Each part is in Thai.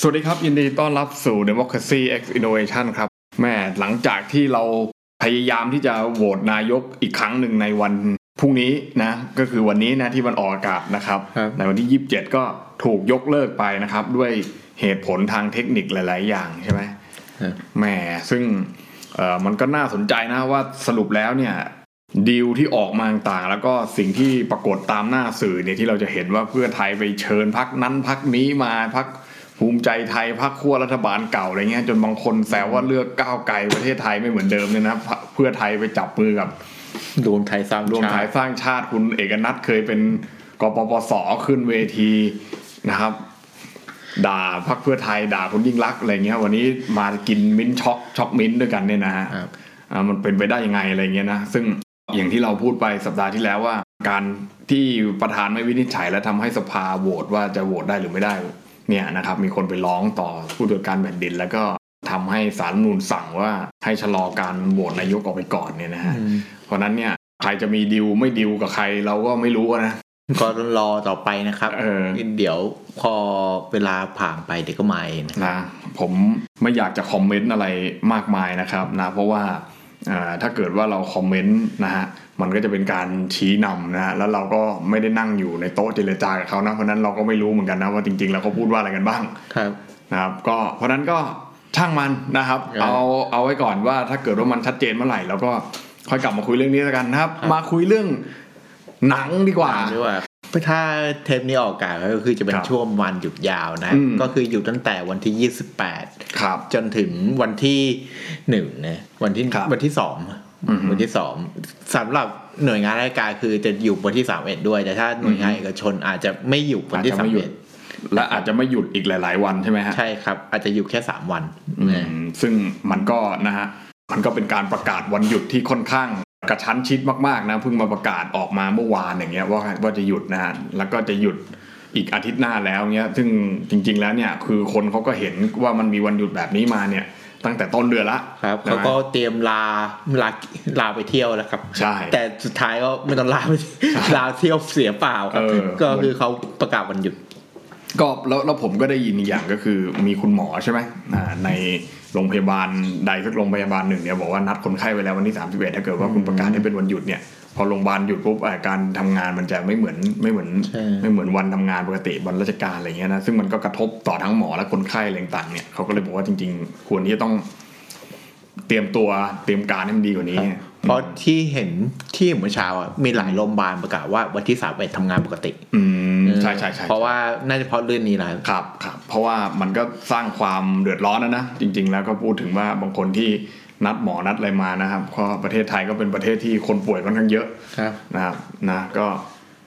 สวัสดีครับ ยินดีต้อนรับสู่ Democracy X Innovation ครับแม่หลังจากที่เราพยายามที่จะโหวตนายกอีกครั้งหนึ่งในวันพรุ่งนี้นะ ก็คือวันนี้นะที่มันออกอากาศนะครับ ครับ ในวันที่ 27 ก็ถูกยกเลิกไปนะครับ ด้วยเหตุผลทางเทคนิคหลาย ๆ อย่างใช่ไหม แหมซึ่งเอ่อมันก็น่าสนใจนะว่าสรุปแล้วเนี่ยดีลที่ออกมาต่างๆแล้วก็สิ่งที่ปรากฏตามหน้าสื่อเนี่ยที่เราจะเห็นว่าเพื่อไทยไปเชิญพักนั้นพักนี้มาพักภูมิใจไทยพักขั้วรัฐบาลเก่าอะไรเงี้ยจนบางคนแซวว่าเลือกก้าวไกลประเทศไทยไม่เหมือนเดิมเนี่ยนะพรรคเพื่อไทยไปจับมือกับ รวมไทยสร้าง รวม ชาติ ไทยสร้างชาติคุณเอกนัทเคยเป็นกปปสขึ้นเวทีนะครับ ด่าพักเพื่อไทยด่าคุณยิ่งรักษณ์อะไรเงี้ย วันนี้มากินมิ้นช็อกช็อกมิ้นด้วยกันเนี่ยนะฮะ ครับ อ่ามันเป็นไปได้ยังไงอะไรเงี้ยนะซึ่งอย่างที่เราพูดไปสัปดาห์ที่แล้วว่า การที่ประธานไม่วินิจฉัย และทำให้สภาโหวตว่าจะโหวตได้หรือไม่ได้เนี่ยนะครับมีคนไปร้องต่อผู้ตรวจการแผ่นดิน แล้วก็ทำให้สารรัฐธรรมนูนสั่งว่าให้ชะลอการโหวตนายกออกไปก่อนเนี่ยนะฮะ อืม เพราะนั้นเนี่ยใครจะมีดิวไม่ดิวกับใครเราก็ไม่รู้อะนะ ก็รอต่อไปนะครับ เออ เดี๋ยวพอเวลาผ่านไปเดี๋ยวก็มาเองนะครับ นะผมไม่อยากจะคอมเมนต์อะไรมากมายนะครับนะเพราะว่าอ่าถ้าเกิดว่าเราคอมเมนต์นะฮะมันก็จะเป็นการชี้นำนะฮะแล้วเราก็ไม่ได้นั่งอยู่ในโต๊ะเจรจากับเขานะเพราะนั้นเราก็ไม่รู้เหมือนกันนะว่าจริงๆเราก็พูดว่าอะไรกันบ้าง ครับ นะครับก็เพราะฉะนั้นก็ช่างมันนะครับ ครับ เอาเอาไว้ก่อนว่าถ้าเกิดว่ามันชัดเจนเมื่อไหร่เราก็ค่อยกลับมาคุยเรื่องนี้แล้วกันนะครับ ครับ มาคุยเรื่องหนังดีกว่า หรือว่าถ้าเทปนี้ออกอากาศก็คือจะเป็น ครับ ช่วงวันหยุดยาวนะ อืม ก็คืออยู่ตั้งแต่วันที่ ครับ 28 จนถึงวันที่หนึ่งนะวันที่ ครับ วันที่สอง อือฮึ วันที่สองสำหรับหน่วยงานราชการคือจะอยู่วันที่สามเอ็ดด้วย แต่ถ้าหน่วยงาน อือฮึ เอกชนอาจจะไม่อยู่วันที่ อาจ สา จะ ม ไม่หยุ เอ็ ด ด และอาจจะไม่หยุดอีกหลาย ๆ วันใช่ไหมฮะ ใช่ครับ อาจจะอยู่แค่สามวัน อื นะ มซึ่งมันก็นะฮะมันก็เป็นการประกาศวันหยุดที่ค่อนข้างกระชั้นชิดมากๆนะเพิ่งมาประกาศออกมาเมื่อวานอย่างเงี้ยว่าว่าจะหยุดนะฮะแล้วก็จะหยุดอีกอาทิตย์หน้าแล้วเงี้ยซึ่งจริง ๆ แล้วเนี่ยคือคนเขาก็เห็นว่ามันมีวันหยุดแบบนี้มาเนี่ย ตั้งแต่ต้นเดือนละ ครับเขาก็เตรียมลาลาลาไปเที่ยวแล้วครับ ใช่ แต่สุดท้ายก็ไม่ต้องลาไปลาเที่ยวเสียเปล่าครับ เออ ก็คือเขาประกาศวันหยุด ก็แล้วแล้วผมก็ได้ยินอีกอย่างก็คือมีคุณหมอใช่ไหมอ่าในโรงพยาบาลใดสักโรงพยาบาลหนึ่งเนี่ยบอกว่านัดคนไข้ไว้แล้ววันที่31ถ้าเกิดว่าคุณประกาศให้เป็นวันหยุดเนี่ยพอโรงพยาบาลหยุดปุ๊บอ่าการทำงานมันจะไม่เหมือนไม่เหมือน ใช่ ไม่เหมือนวันทำงานปกติวันราชการอะไรเงี้ยนะซึ่งมันก็กระทบต่อทั้งหมอและคนไข้อะไรต่างๆเนี่ยเขาก็เลยบอกว่าจริง ๆ ควรที่จะต้องเตรียมตัวเตรียมการให้มันดีกว่านี้ เพราะที่เห็นที่เมื่อเช้าอ่ะมีหลายโรงพยาบาลประกาศว่าวันที่สามเอ็ดทำงานปกติ อืมใช่ใช่ใช่ เพราะว่าน่าจะเพราะเรื่องนี้แหละ ครับครับเพราะว่ามันก็สร้างความเดือดร้อนนะนะ จริง ๆ แล้วก็พูดถึงว่าบางคนที่นัดหมอนัดอะไรมานะครับเพราะประเทศไทยก็เป็นประเทศที่คนป่วยค่อนข้างเยอะ ครับ นะครับนะก็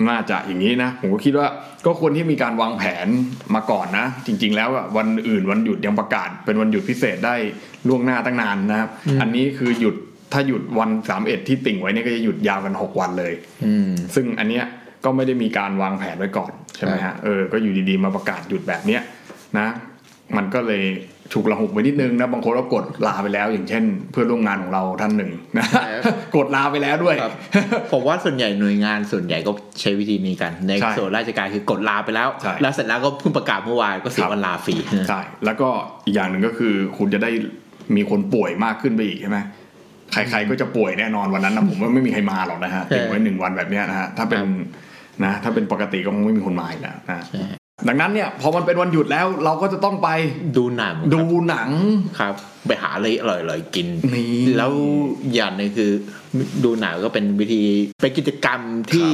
น่าจะอย่างนี้นะผมก็คิดว่าก็ควรที่มีการวางแผนมาก่อนนะ จริง ๆ แล้วอะวันอื่นวันหยุดยังประกาศ เป็นวันหยุดพิเศษได้ล่วงหน้าตั้งนานนะครับอันนี้คือหยุดถ้าหยุดวันสามเอ็ดที่ติ่งไว้เนี่ยก็จะหยุดยาวกันหกวันเลย อืม ซึ่งอันเนี้ยก็ไม่ได้มีการวางแผนไว้ก่อนใช่ไหม ครั ฮะ บ เออก็อยู่ดีๆมาประกาศหยุดแบบเนี้ยนะ มันก็เลยฉุกละหุกไปนิดนึงนะบางคนก็กดลาไปแล้ว อย่างเช่น เพื่อนร่วมงานของเราท่านหนึ่งนะ กดลาไปแล้วด้วย ครับ ผมว่าส่วนใหญ่หน่วยงานส่วนใหญ่ก็ใช้วิธีนี้กัน ใน ใช่ ส่วนราชการคือกดลาไปแล้ว ใช่ แล้วเสร็จแล้วก็เพิ่งประกาศเมื่อวานก็เสี ครั ย บ วันลาฟรี ใช่แล้วก็อีกอย่างหนึ่งก็คือคุณจะได้มีคนป่วยมากขึ้นไปอีกใช่ไหมใครๆก็จะป่วยแน่นอนวันนั้นนะผมว่าไม่มีใครมาหรอกนะฮะ ใช่ ติดไว้หนึ่งวันแบบเนี้ยนะฮะถ้าเป็นนะถ้าเป็นปกติก็คงไม่มีคนมาอีกแล้วนะ ใช่ ดังนั้นเนี่ยพอมันเป็นวันหยุดแล้วเราก็จะต้องไป ดูหนัง ดูหนัง ครับไปหาอะไรอร่อยๆกิน นี่ แล้วอย่างหนึงคือดูหนังก็เป็นวิธีไปกิจกรรมที่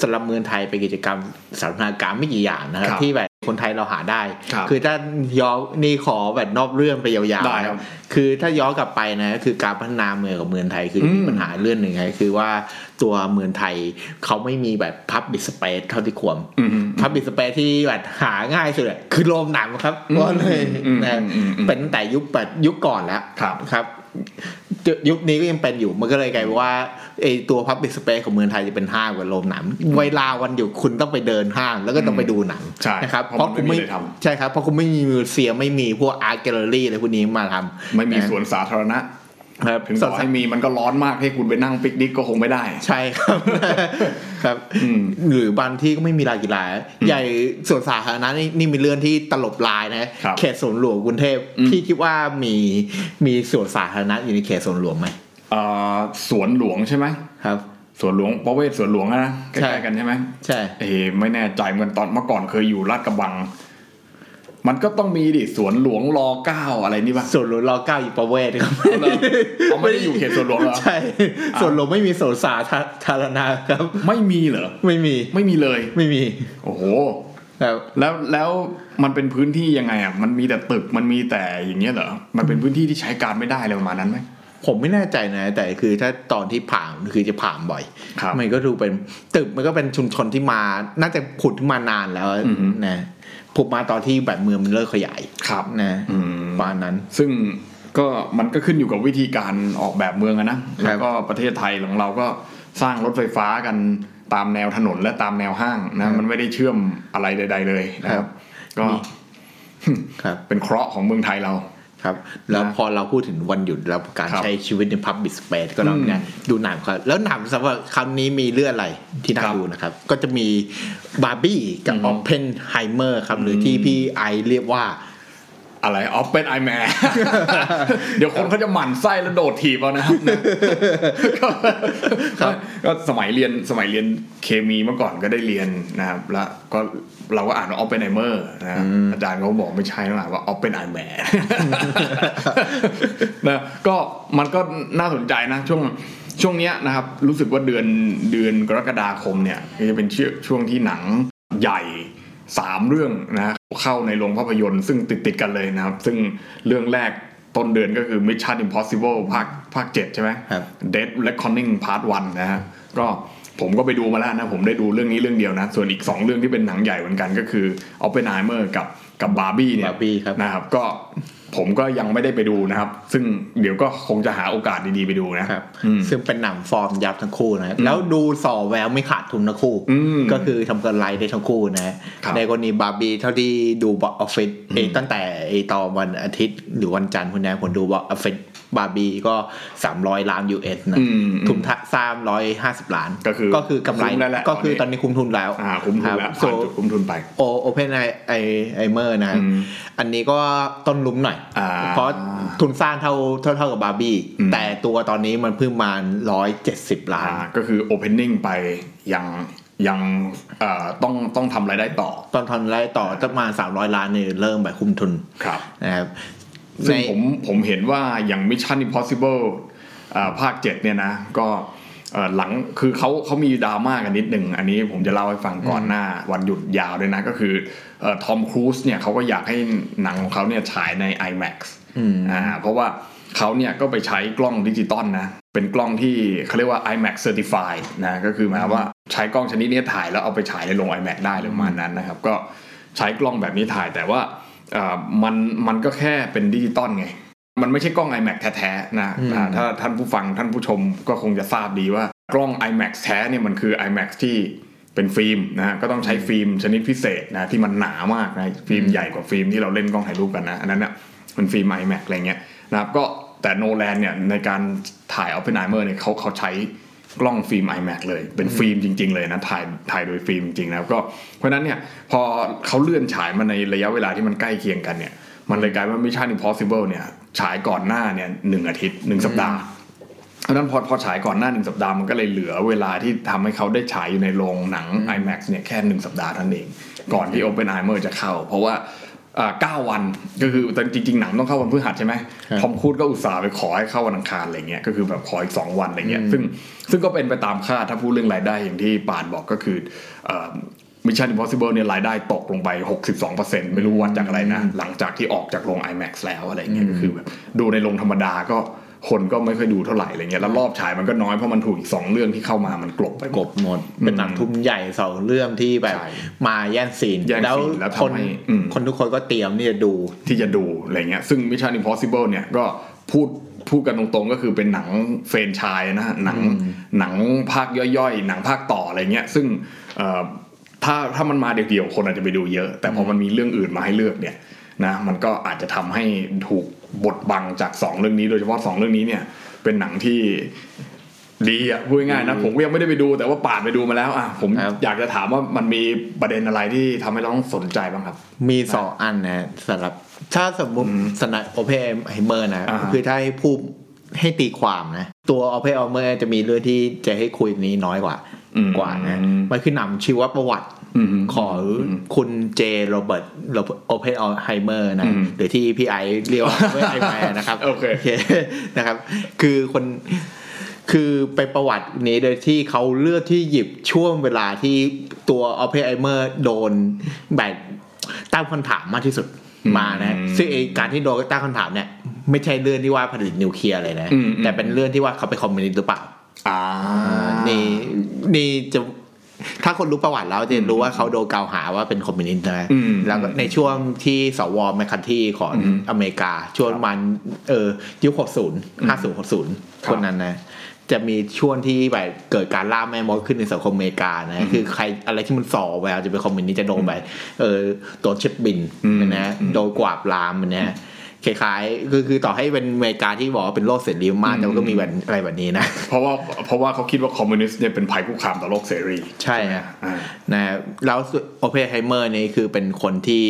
สำหรับเมืองไทยไปกิจกรรมสาธารณกรรมไม่กี่อย่างนะครั ครับ บ ที่แบบคนไทยเราหาได้ ครับ อถ้าย้อนนี่ขอแบบนอกเรื่องไปยาว ได้ ๆ ครับ นะคือถ้าย้อนกลับไปนะคือการพัฒนาเมืองกับเมืองไทยคืออ ม มีปัญหาเรื่องหนึ่งไงคือว่าตัวเมืองไทยเขาไม่มีแบบพับบิสเปซเท่าที่ควร อืม พับบิสเปซที่แบบหาง่ายสุดอะคือโรงหนังครับ อืม ว่าเลย อืม นะ อืมอืมอืม เป็นตั้งแต่ยุคปัจยุคก่อนแล้ว ครับ ครับยุยุคนี้ก็ยังเป็นอยู่มันก็เลยกลายเป็นว่าไอตัวพับ i c สเปซของเมืองไทยจะเป็นห้างกับโรงหนังเวลาวันอยู่คุณต้องไปเดินห้างแล้วก็ต้องไปดูหนัง ใช่ นะครับ เพราะมัน คุณ ไม่มีอะไรทำ ใช่ครับเพราะคุณไม่มีมิวเซียมไม่มีพวกอาร์ตแกลเลอรี่อะไรพวกนี้มาทำ ไม่มี นะ สวนสาธารณะ ครับ ถึงต่อให้มีมันก็ร้อนมากให้คุณไปนั่งปิกนิกก็คงไม่ได้ ใช่ครับ ครับ อืม หรือบางที่ก็ไม่มีลานกีฬาใหญ่ส่วนสาธารณะนี่นี่มีเรื่องที่ตลบลายนะครับเขตสวนหลวงกรุงเทพ อืม พี่คิดว่ามีมีส่วนสาธารณะอยู่ในเขตสวนหลวงไหม เอ่อสวนหลวงใช่ไหม ครับ สวนหลวงประเวศสวนหลวงอะนะใก ใช่ ล้ๆกันใช่ไหม ใช่ เอ้ไม่แน่ใจเหมือนตอนเมื่อก่อนเคยอยู่ลาดกระบัง มันก็ต้องมีดิสวนหลวงรอเก้าอะไรนี่ปะ ส่วนหลวงรอเก้าอยู่ประเวศครับ เอาเหรอเอาไม่ได้อยู่เขตสวนหลวงเหรอ ใช่ส่วนหลวงไม่มีสวนสาธารณะครับ ไม่มีเหรอ ไม่มี ไม่มีเลย ไม่มี โอ้โห ครับ แล้วแล้วมันเป็นพื้นที่ยังไงอ่ะมันมีแต่ตึกมันมีแต่อย่างเงี้ยเหรอมันเป็นพื้นที่ที่ใช้การไม่ได้เลยประมาณนั้นไหม ผมไม่แน่ใจนะ แต่คือถ้าตอนที่ผ่านคือจะผ่านบ่อย ครับ มันก็ดูเป็นตึกมันก็เป็นชุมชนที่มา น่าจะผุดขึ้นมานานแล้ว อือฮึ นะผุดมาตอนที่แบบเมืองมันเริ่มขยาย ครับ นะ อืม ประมาณนั้น ซึ่งก็มันก็ขึ้นอยู่กับวิธีการออกแบบเมืองอะนะแล้วก็ประเทศไทยของเราก็สร้างรถไฟฟ้ากันตามแนวถนนและตามแนวห้าง ครั นะ บ มันไม่ได้เชื่อมอะไรใด ๆ เลยนะครับ ก็ มี ครับ เป็นเคราะห์ของเมืองไทยเรา ครับ แล้ว นะ พอเราพูดถึงวันหยุดแล้วการ ครับ ใช้ชีวิตในพับบิสเปซก็เรา อืม เนี่ยดูหนังครับ แล้วหนังสำหรับครั้งนี้มีเรื่องอะไรที่คน่ารับ ดูนะครับ ก็จะมีบาร์บี้กับ อืม ออปเพนไฮเมอร์ครับ หรือที่พี่ไอเรียกว่า อะไรออฟเป็นไอแม เดี๋ยวคนเขาจะหมั่นไส้แล้วโดดถีบเอานะครับนะก็ก็สมัยเรียนสมัยเรียนเคมีเมื่อก่อนก็ได้เรียนนะครับแล้วก็เราก็อ่านว่าออฟเป็นไอเมอร์นะครับอาจารย์เขาบอกไม่ใช่ต้องอ่านว่าออฟเป็นไอแม นะก็มันก็น่าสนใจนะช่วงช่วงเนี้ยนะครับ รู้สึกว่าเดือนเดือนกรกฎาคมเนี่ยก็จะเป็นช่วงช่วงที่หนังใหญ่สามเรื่องนะเข้าในโรงภาพยนตร์ซึ่งติดติดๆกันเลยนะครับ ซึ่งเรื่องแรกต้นเดือนก็คือ Mission Impossible ภาคภาค 7 ใช่ไหม ครับ Dead Reckoning Part 1 นะฮะก็ผมก็ไปดูมาแล้วนะ ผมได้ดูเรื่องนี้เรื่องเดียวนะ ส่วนอีก 2 เรื่องที่เป็นหนังใหญ่เหมือนกันก็คือ Oppenheimer กับกับบาร์บี้เนี่ย Barbie ครับ นะครับก็ผมก็ยังไม่ได้ไปดูนะครับ ซึ่งเดี๋ยวก็คงจะหาโอกาสดีๆไปดูนะ ครับ อืม ซึ่งเป็นหนังฟอร์มยับทั้งคู่นะแล้วดูสอแววไม่ขาดทุนทั้งคู่ อืม ก็คือทำกำไรได้ทั้งคู่นะครับในกรณีบาร์บี้เท่าที่ดูบออฟฟิศเอยตั้งแต่ไอตอนวันอาทิตย์ หรือวันจันทร์คุณนายผมดูบออฟฟิศบาร์บี้ก็ 300 ล้าน US นะ อืม ทุนทะสามร้อยห้าสิบล้าน ก็คือ ก็คือกำไร คุ้มแล้วแหละ ก็คือ ตอตอน น นี้ นี้คุ้มทุนแล้ว อ่าคุ้มทุนแล้ว โซ ผ่านจุดคุ้มทุนไป โอโอเพนไอไอไอเมอร์นะ อืม อันนี้ก็ต้นลุ้มหน่อย อ่า เพราะ ทุนสร้างเท่าเท่าเท่ากับบาร์บี้ อืม แต่ตัวตอนนี้มันเพิ่มมา 170 ล้า อ่าน ก็คือ opening ไปยังยังเอ่อต้องต้องทำรายได้ต่อ ตอนทอนไรายต่อตั้งมา 300 ล้านเนี่ยเริ่มแบบคุมทุน ครับ นะครับ ซึ่ ใน งผมผมเห็นว่าอย่าง Mission Impossible อ่าภาค 7 เนี่ยนะ ก็เอ่อหลังคือเขาเขามีดราม่ากันนิดหนึ่ง อันนี้ผมจะเล่าให้ฟังก่อนหน้าวันหยุดยาวด้วยนะ ก็คือทอมครูซเนี่ยเขาก็อยากให้หนังของเขาเนี่ยฉายใน IMAX อืม อ่าเพราะว่าเขาเนี่ยก็ไปใช้กล้องดิจิตอลนะ เป็นกล้องที่เขาเรียกว่า IMAX Certified นะ ก็คือหมายความว่าใช้กล้องชนิดนี้ถ่ายแล้วเอาไปฉายในโรง IMAX ได้หรือประมาณนั้นนะครับ ก็ใช้กล้องแบบนี้ถ่ายแต่ว่าเอ่อมันมันก็แค่เป็นดิจิตอลไง มันไม่ใช่กล้อง iMac แท้ๆนะ อืม อ่าถ้าท่านผู้ฟังท่านผู้ชมก็คงจะทราบดีว่ากล้อง iMac แท้เนี่ยมันคือ iMac ที่เป็นฟิล์มนะฮะก็ต้องใช้ฟิล์มชนิดพิเศษนะที่มันหนามากนะฟิล์มใหญ่กว่าฟิล์มที่เราเล่นกล้องถ่ายรูปกันนะอันนั้นเนี่ยมันฟิล์ม iMac อะไรเงี้ยนะครับก็แต่โนแลนเนี่ยในการถ่ายออ p เ e นไ i เมอร์เนี่ยเขาเขาใช้กล้องฟิล์ม iMac เลย เป็นฟิล์มจริง ๆ เลยนะถ่ายถ่ายโดยฟิล์มจริงๆนะครับก็เพราะฉะนั้นเนี่ยพอเขาเลื่อนฉายมาในระยะเวลาที่มันใกล้เคียงกันเนี่ย มันเลยกลายว่า Mission Impossible เนี่ยฉายก่อนหน้าเนี่ยหนึ่งอาทิตย์หนึ่งสัปดาห์ เพราะฉะนั้นพอพอฉายก่อนหน้าหนึ่งสัปดาห์มันก็เลยเหลือเวลาที่ทำให้เขาได้ฉายอยู่ในโรงหนัง IMAX เนี่ยแค่หนึ่งสัปดาห์เท่านั้นเอง ก่อนที่ Oppenheimer จะเข้า เพราะว่าอ่าเก้าวันก็คือแต่จริง ๆ หนังต้องเข้าวันพฤหัสใช่ไหม ครับ ทอมครูซก็อุตส่าห์ไปขอให้เข้าวันอังคารอะไรเงี้ยก็คือแบบขออีกสองวันอะไรเงี้ยซึ่งซึ่งก็เป็นไปตามคาดถ้าพูดเรื่องรายได้อย่างที่ป่านบอกก็คือมิชชั่นอิมพอสิเบิลเนี่ยรายได้ตกลงไป 62%ไม่รู้วัดจากอะไรนะ หลังจากที่ออกจากโรง IMAX แล้วอะไรเงี้ยก็คือแบบดูในโรงธรรมดาก็คนก็ไม่ค่อยดูเท่าไหร่อะไรเงี้ยแล้วรอบฉายมันก็น้อยเพราะมันถูกอีกสองเรื่องที่เข้ามามันกลบไปหม ก ด บหมด เป็นหนังทุ่มใหญ่สองเรื่องที่แบบ ใช่ มาแย่งซีน แย่งซีนแล้ว คน ทำให้อืม คนทุกคนก็เตรียมที่จะดู ที่จะดูอะไรเงี้ยซึ่ง Mission Impossible เนี่ยก็พูดพูดกันตรงๆ ก็คือเป็นหนังเฟรนไชายนะฮะหนังหนังภาคย่อยๆ หนังภาคต่ออะไรเงี้ยซึ่งเอ่อถ้าถ้ามันมาเดียวๆ คนอาจจะไปดูเยอะ แต่พอมันมีเรื่องอื่นมาให้เลือกเนี่ยนะมันก็อาจจะทำให้ถูกบดบังจาก 2 เรื่องนี้โดยเฉพาะ 2 เรื่องนี้เนี่ย เป็นหนังที่ดีอ่ะพูดง่ายๆนะ ผมก็ยังไม่ได้ไปดูแต่ว่าป่านไปดูมาแล้วอ่ะผม ครับ อยากจะถามว่ามันมีประเด็นอะไรที่ทำให้เราต้องสนใจบ้างครับ มีสองอันนะสำหรับถ้าสมมติสนับโอเพนไฮเมอร์นะ อ่าฮะ คือถ้าให้พูดให้ตีความนะ ตัวโอเพนไฮเมอร์จะมีเรื่องที่จะให้คุยนี้น้อยกว่า อืม กว่านะมันคือหนำชีวประวัติ อืม ของคุณเจโรเบิร์ตโอเพนออไฮเมอร์นะ อืม หรือที่พี่ไอเรียกว่าไอแมนนะครับ โอเค นะครับ คือคนคือไปประวัตินี้โดยที่เขาเลือกที่หยิบช่วงเวลาที่ตัวโอเพนไอเมอร์โดนแบบตั้งคำถามมากที่สุด อืม มานะซึ่งไอ้การที่โดนตั้งคำถามเนี่ยไม่ใช่เรื่องที่ว่าผลิตนิวเคลียร์เลยนะ อืม แต่เป็นเรื่องที่ว่าเขาไปนคอมมิวนิสต์หรือเปล่า อ่า นี่นี่จะถ้าคนรู้ประวัติแล้วจะรู้ว่าเขาโดนกล่าวหาว่าเป็นคอมมิวนิสต์นะ อืม แล้วก็ในช่วงที่สวแมคคันที่ของ อืม อเมริกา ช่วงประมันเออยุคหกศูนย์ห้าศูนย์หกศูนย์ ครับ คนนั้นนะ จะมีช่วงที่แบบเกิดการล่าแม่มดขึ้นในสังคมอเมริกานะคือใครอะไรที่มันส่อแววจะเป็นคอมมิวนิสต์จะโดนไปเออโดนเช็ดบิน อืม นะ อืม โดนกวาดลามนะ คล้ายๆคือคือต่อให้เป็นอเมริกาที่บอกว่าเป็นโลกเสรีมากแต่มันก็มีแบบอะไรแบบนี้นะ เพราะว่าเพราะว่าเขาคิดว่าคอมมิวนิสต์เนี่ยเป็นภัยคุกคามต่อโลกเสรี ใช่ฮะ อ่า นะแล้วโอเพนไฮเมอร์นี่คือเป็นคนที่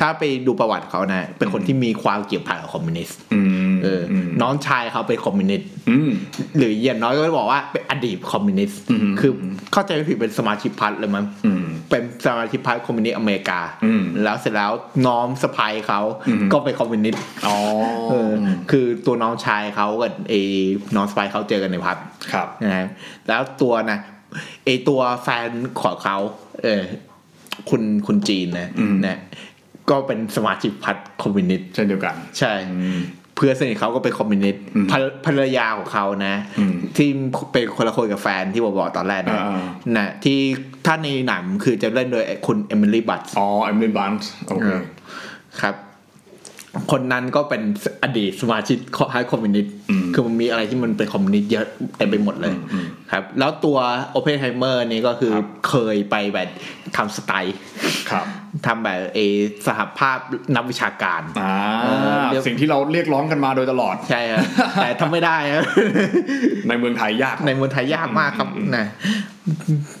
ถ้าไปดูประวัติเขานะเป็นคนที่มีความเกี่ยวพันกับคอมมิวนิสต์ อืม เอออน้องชายเขาเป็นคอมมิวนิสต์ อืม หรืออย่างน้อยก็บอกว่าเป็นอดีตคอมมิวนิสต์ อืม คือเข้าใจไม่ผิดเป็นสมาชิกพรรคเลยมั้ง อืม เป็นสมาชิกพรรคคอมมิวนิสต์อเมริกา อืม แล้วเสร็จแล้วน้องสะพายเขา อืม ก็เป็นคอมมิวนิสต์ อ๋อ เอออคือตัวน้องชายเขากับไอ้น้องสะพายเขาเจอกันในพรรค ครับ นะครับแล้วตัวนะไอตัวแฟนของเขาเออคุณคุณจีนนะ อืม นะก็เป็นสมาชิกพรรคคอมมิวนิสต์ เช่นเดียวกัน ใช่ เพื่อนสนิทเขาก็เป็นคอมมิวนิสต์ อืม ภรภรรยาของเขานะ อืม ที่เป็นคนละคนกับแฟนที่บอกบอกตอนแรกนะ อ่า นะที่ถ้าในหนังคือจะเล่นโดยคุณเอมิลี่บัต อ๋อเอมิลีบันส์โอเค เออ ครับ คนนั้นก็เป็นอดีตสมาชิกพรรคคอมมิวนิสต์ อืม คือมันมีอะไรที่มันเป็นคอมมิวนิสต์เยอะเต็มไปหมดเลย อืมอืม ครับ แล้วตัวโอเพนไฮเมอร์นี่ก็คือ ครับ เคยไปแบบทำสไตล์ ครับ ทำแบบเอสหภาพนักวิชาการ อ่า เออเดี๋ยว สิ่งที่เราเรียกร้องกันมาโดยตลอด ใช่ครับ แต่ทำไม่ได้ครับ ในเมืองไทยยาก ในเมืองไทยยากมากครับนะ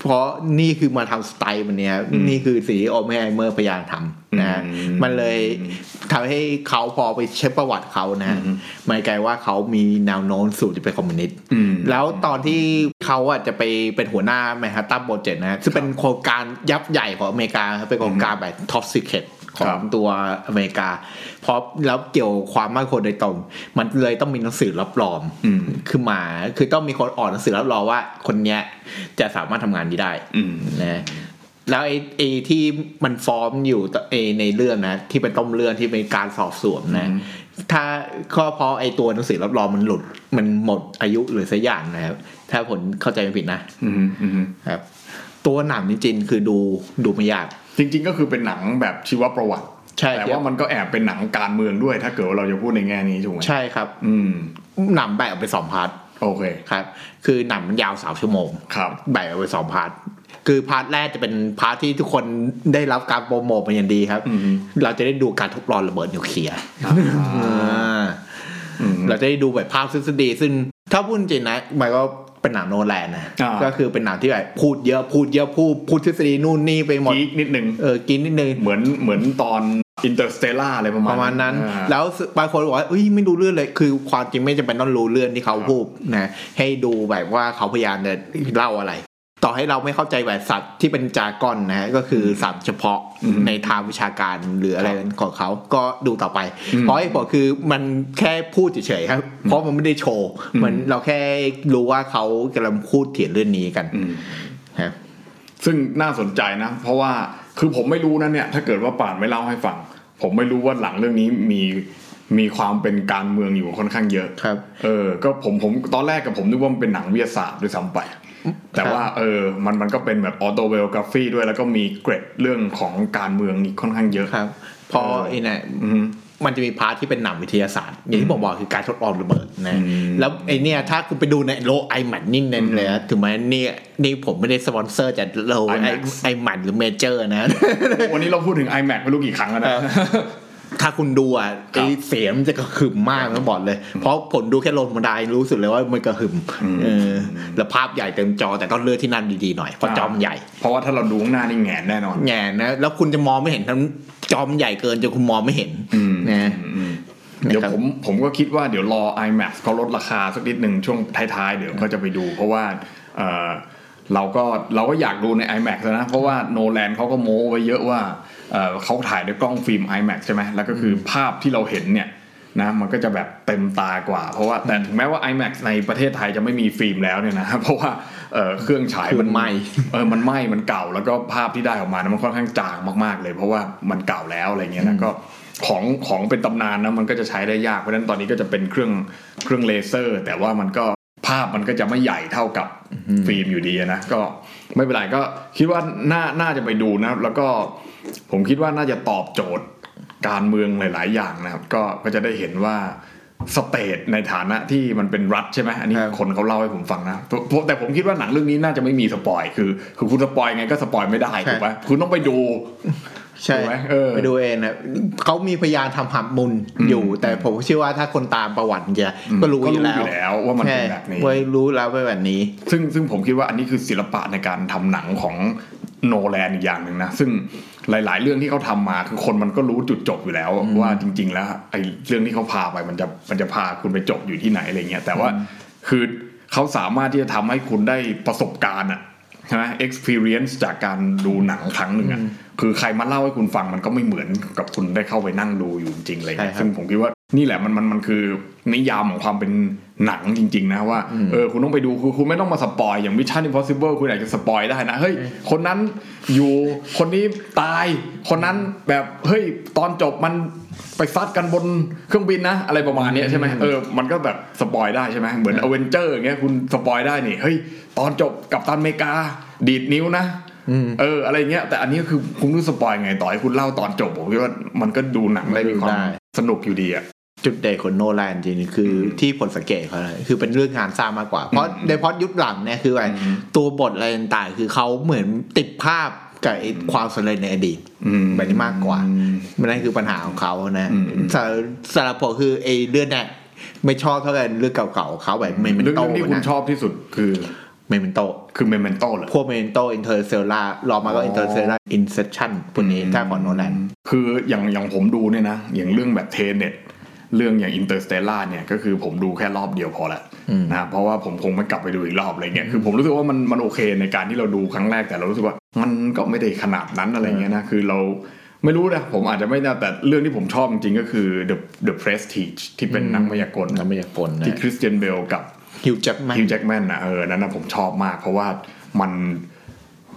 เพราะนี่คือมาทำสไตล์มันเนี้ยนี่คือสิ่งที่โอเมไอเมอร์พยายามทำนะ อืม มันเลยทำให้เขาพอไปเช็คประวัติเขานะมันกลายว่าเขามีแนวโน้มสู่จะเป็นคอมมิวนิสต์ อืม แล้วตอนที่เขาอ่ะจะไปเป็นหัวหน้าแมนฮัตตันโปรเจกต์นะซึ่งเป็นโครงการยับใหญ่ของอเมริกาครับเป็นโครงการแบบท็อปซีเคทของตัวอเมริกาเพราะแล้วเกี่ยวความมั่นคงโดยตรง มันเลยต้องมีหนังสือรับรอง อืม คือหมาคือต้องมีคนออกหนังสือรับรองว่าคนเนี้ยจะสามารถทำงานนี้ได้ อืม นะแล้วไอ้ไอ้ที่มันฟอร์มอยู่ตไอ้ในเรื่องนะ ที่เป็นต้มเรื่องที่เป็นการสอบสวนนะ ถ้าข้อเพราะไอ้ตัวหนังสือรับรองมันหลุด มันหมดอายุหรือสักอย่างนะครับ ถ้าผลเข้าใจไม่ผิดนะ อืมอืม ครับ ตัวหนังจริงๆคือดูดูไม่ยาก จริงๆก็คือเป็นหนังแบบชีวประวัติ ใช่ แต่ ครั ว่า บ มันก็แอบเป็นหนังการเมืองด้วย ถ้าเกิดว่าเราจะพูดในแง่นี้ถูกไหม ใช่ครับ อืม หนังแบ่งออกเป็นสองพาร์ท โอเค ครับ คือหนังมันยาวสามชั่วโมง ครับ แบ่งออกเป็นสองพาร์ท คือพาร์ทแรกจะเป็นพาร์ทที่ทุกคนได้รับการโปรโมทเป็นอย่างดีครับ อืม เราจะได้ดูการทดลองระเบิดนิวเคลียร์ อ่า อ่า อืม เราจะได้ดูแบบภาพทฤษฎีซึ่งถ้าพูดจริงนะ มันก็เป็นหนังโนแลนนะ อ่า ก็คือเป็นหนังที่แบบพูดเยอะพูดเยอะพูดพูดทฤษฎีนู่นนี่ไปหมด กีกนิดนึง เออกินนิดนึง เหมือนเหมือนตอนอินเตอร์สเตล่าอะไรประมาณประมาณนั้น อ่า แล้วบางคนบอกว่าเอ้ยไม่รู้เรื่องเลย คือความจริงไม่จำเป็นต้องรู้เรื่องที่เขาพูดนะ ให้ดูแบบว่าเขาพยายามจะเล่าอะไร ต่อให้เราไม่เข้าใจแบบสัตว์ที่เป็นจากอนนะฮะ ก็คือสัตว์เฉพาะ อืม ในทางวิชาการหรืออะไรของเขา ก็ดูต่อไป อืม เพราะไอ้บอกคือมันแค่พูดเฉยๆครับ เพราะมันไม่ได้โชว์ อืม มันเราแค่รู้ว่าเขากำลังพูดเถียงเรื่องนี้กัน อืม ครับ ซึ่งน่าสนใจนะ เพราะว่าคือผมไม่รู้นะเนี่ย ถ้าเกิดว่าป่านไม่เล่าให้ฟัง ผมไม่รู้ว่าหลังเรื่องนี้มีมีความเป็นการเมืองอยู่ค่อนข้างเยอะ ครับ เออ ก็ผมผมตอนแรกกับผมนึกว่ามันเป็นหนังวิทยาศาสตร์ด้วยซ้ำไป แต่ว่าเออมันมันก็เป็นแบบออโตเบลกราฟีด้วยแล้วก็มีเกร็ดเรื่องของการเมืองอีกค่อนข้างเยอะ ครับ พอไอ้เนี่ย อืม มันจะมีพาร์ทที่เป็นหนังวิทยาศาสตร์อย่างที่ผมบอกคือการทดลองระเบิดนะ อืม แล้วไอเนี่ยถ้าคุณไปดูในโลไอหมันนี่เน้นเลยนะถึงแม้เนี่ยนี่ผมไม่ได้สปอนเซอร์จากโลไอ IMAX ไอหมันหรือเมเจอร์นะ วันนี้เราพูดถึง iMac ไม่รู้กี่ครั้งแล้วนะ ถ้าคุณดูอ่ะไอเสียงมันจะกระหึ่มมากนะบอกเลย เพราะผมดูแค่ลมบันไดรู้สึกเลยว่ามันกระหึ่ม อืม เออแล้วภาพใหญ่เต็มจอแต่ต้องเลือกที่นั่นดีๆหน่อยเพราะจอมันใหญ่ เพราะว่าถ้าเราดูข้างหน้านี่แหงนแน่นอน แง่นะแล้วคุณจะมองไม่เห็นทั้งจอมนใหญ่เกินจนคุณมองไม่เห็น อืม นะ อืมเดี๋ยว นะครับ ผมผมก็คิดว่าเดี๋ยวรอ iMac เขาลดราคาสักนิดหนึ่งช่วงท้ายๆ เดี๋ยวก็จะไปดู เพราะว่าเอ่อเราก็เราก็อยากดูใน iMac นะ เพราะว่าโนแลนเขาก็โม้ไว้เยอะว่าเอ่อเขาถ่ายด้วยกล้องฟิล์ม iMac ใช่ไหมแล้วก็คือภาพที่เราเห็นเนี่ยนะมันก็จะแบบเต็มตากว่า เพราะว่าแต่ถึงแม้ว่า iMac ในประเทศไทยจะไม่มีฟิล์มแล้วเนี่ยนะ เพราะว่าเอ่อเครื่องฉายมัน คือไหม้ เออมันไหม้มันเก่าแล้วก็ภาพที่ได้ออกมานะมันค่อนข้างจางมากๆเลย เพราะว่ามันเก่าแล้วอะไรเงี้ยแล้วก็ ของของเป็นตำนานนะมันก็จะใช้ได้ยาก เพราะฉะนั้นตอนนี้ก็จะเป็นเครื่องเครื่องเลเซอร์ แต่ว่ามันก็ภาพมันก็จะไม่ใหญ่เท่ากับฟิล์มอยู่ดีนะก็ไม่เป็นไรก็คิดว่าน่าน่าจะไปดูนะครับ แล้วก็ผมคิดว่าน่าจะตอบโจทย์การเมืองหลาย ๆ อย่างนะครับ ก็ก็จะได้เห็นว่าสเตทในฐานะที่มันเป็นรัฐใช่ไหมอันนี้ ครับ คนเขาเล่าให้ผมฟังนะผมผมแต่ผมคิดว่าหนังเรื่องนี้น่าจะไม่มีสปอยคือคือคุณสปอยไงก็สปอยไม่ได้ถูกไหมคุณต้องไปดู ใช่ ถูกไหมเออ ไปดูเองนะเขามีพยานทำหับมุลอยู่ แต่ผมเชื่อว่าถ้าคนตามประวัติจะก็รู้ ก็ อยู่ รู้อยู่แล้วแล้วว่ามันเป็นแบบนี้ ไว้รู้แล้วไปแบบนี้ ซึ่งซึ่งผมคิดว่าอันนี้คือศิลปะในการทำหนังของโนแลนอีกอย่างหนึ่งนะ ซึ่งหลาย ๆ เรื่องที่เขาทำมาคือคนมันก็รู้จุดจบอยู่แล้ว ว่าจริง ๆ แล้วไอ้เรื่องที่เขาพาไปมันจะมันจะพาคุณไปจบอยู่ที่ไหนอะไรเงี้ยแต่ว่าคือเขาสามารถที่จะทำให้คุณได้ประสบการณ์อะใช่ไหม experience จากการดูหนังครั้งหนึ่งอะคือใครมาเล่าให้คุณฟังมันก็ไม่เหมือนกับคุณได้เข้าไปนั่งดูอยู่จริงๆอะไรเลย ใช่ครับ ซึ่ง ผมคิดว่านี่แหละมันมันมันคือนิยามของความเป็นหนังจริง ๆ นะว่าเออคุณต้องไปดูคือคุณไม่ต้องมาสปอยอย่าง Mission Impossible คุณอาจจะสปอยได้นะเฮ้ยคนนั้นอยู่คนนี้ตาย คนนั้นแบบเฮ้ยตอนจบมันไปซัดกันบนเครื่องบินนะอะไรประมาณเนี้ยใช่ไหมเออมันก็แบบสปอยได้ใช่ไหมเหมือนอเวนเจอร์เงี้ยคุณสปอยได้นี่เฮ้ยตอนจบกับตันอเมริกาดีดนิ้วนะ เอออะไรเงี้ยแต่อันนี้ก็คือคุณรู้สปอยไงต่อให้คุณเล่าตอนจบผมคิดว่ามันก็ดูหนังได้มีความ ได้ สนุกอยู่ดีอะ จุดเด่นของโนแลนจริงๆคืออที่ผลสังเกตเขาเลยคือเป็นเรื่องงานสร้างมากกว่า เพราะโดยเฉพาะยุคหลังเนี่ยคือว่าตัวบทอะไรต่างๆคือเขาเหมือนติดภาพกับไอ้ความสำเร็จในอดีต อืม แบบนี้มากกว่า มันนั่นคือปัญหาของเขานะสารสารพอคือไอ้เรื่องเนี่ยไม่ชอบเท่ากันเรื่องเก่าๆของเขาแบบเมม เรื่อง โต้ เรื่องที่คุณชอบที่สุดคือ เมมโต้ คือเมมเมนโต้เหรอ พวกเมนโตอินเตอร์เซลล่าลองมาก็ อ๋อ อินเตอร์เซลล่าอินเซชั่นพวกนี้ถ้าของโนแลน คืออย่างอย่างผมดูเนี่ยนะ อย่างเรื่องแบบเทเน็ตเรื่องอย่างอินเตอร์สเตลาเนี่ยก็คือผมดูแค่รอบเดียวพอละนะเพราะว่าผมคงไม่กลับไปดูอีกรอบอะไรเงี้ยคือผมรู้สึกว่ามันมันโอเคในการที่เราดูครั้งแรกแต่เรารู้สึกว่ามันก็ไม่ได้ขนาดนั้นอะไรเงี้ยนะคือเราไม่รู้นะผมอาจจะไม่ได้แต่เรื่องที่ผมชอบจริงๆก็คือ the the prestige ที่เป็นนักมายากล นักมายากลนะ ที่คริสเตียนเบลกับ ฮิวจ็คแมน ฮิวจ์แจ็กแมนนะเออนั้นนะผมชอบมาก เพราะว่ามัน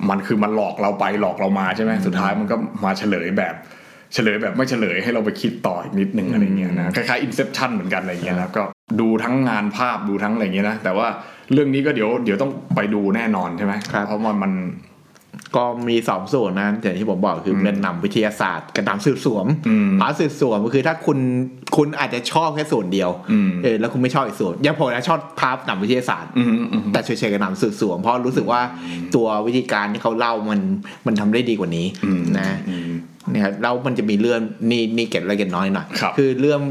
มันคือมันหลอกเราไปหลอกเรามาใช่ไหมสุดท้ายมันก็มาเฉลยแบบ เฉลยแบบไม่เฉลยให้เราไปคิดต่ออีกนิดนึงอะไรเงี้ยนะคล้ายๆ Inception เหมือนกันอะไรเงี้ยนะก็ดูทั้งงานภาพดูทั้งอะไรเงี้ยนะแต่ว่าเรื่องนี้ก็เดี๋ยวเดี๋ยวต้องไปดูแน่นอนใช่ไหม ครับ เพราะมันมัน ก็มีสองส่วนนะอย่างที่ผมบอกคือเรียนนำวิทยาศาสตร์กับนำสืบสวน อืม พาสืบสวนก็คือถ้าคุณคุณอาจจะชอบแค่ส่วนเดียว อืม เออแล้วคุณไม่ชอบอีกส่วนอย่างผมนะชอบพาร์ทนำวิทยาศาสตร์ อืมอืม แต่เฉยๆกับหนังสืบสวนเพราะรู้สึกว่าตัววิธีการที่เขาเล่ามันมันทำได้ดีกว่านี้ อืม นะ อืม นะครับแล้วมันจะมีเรื่องนี่นี่เก็ตละเอียดน้อยหน่อย ครับ คือเรื่อง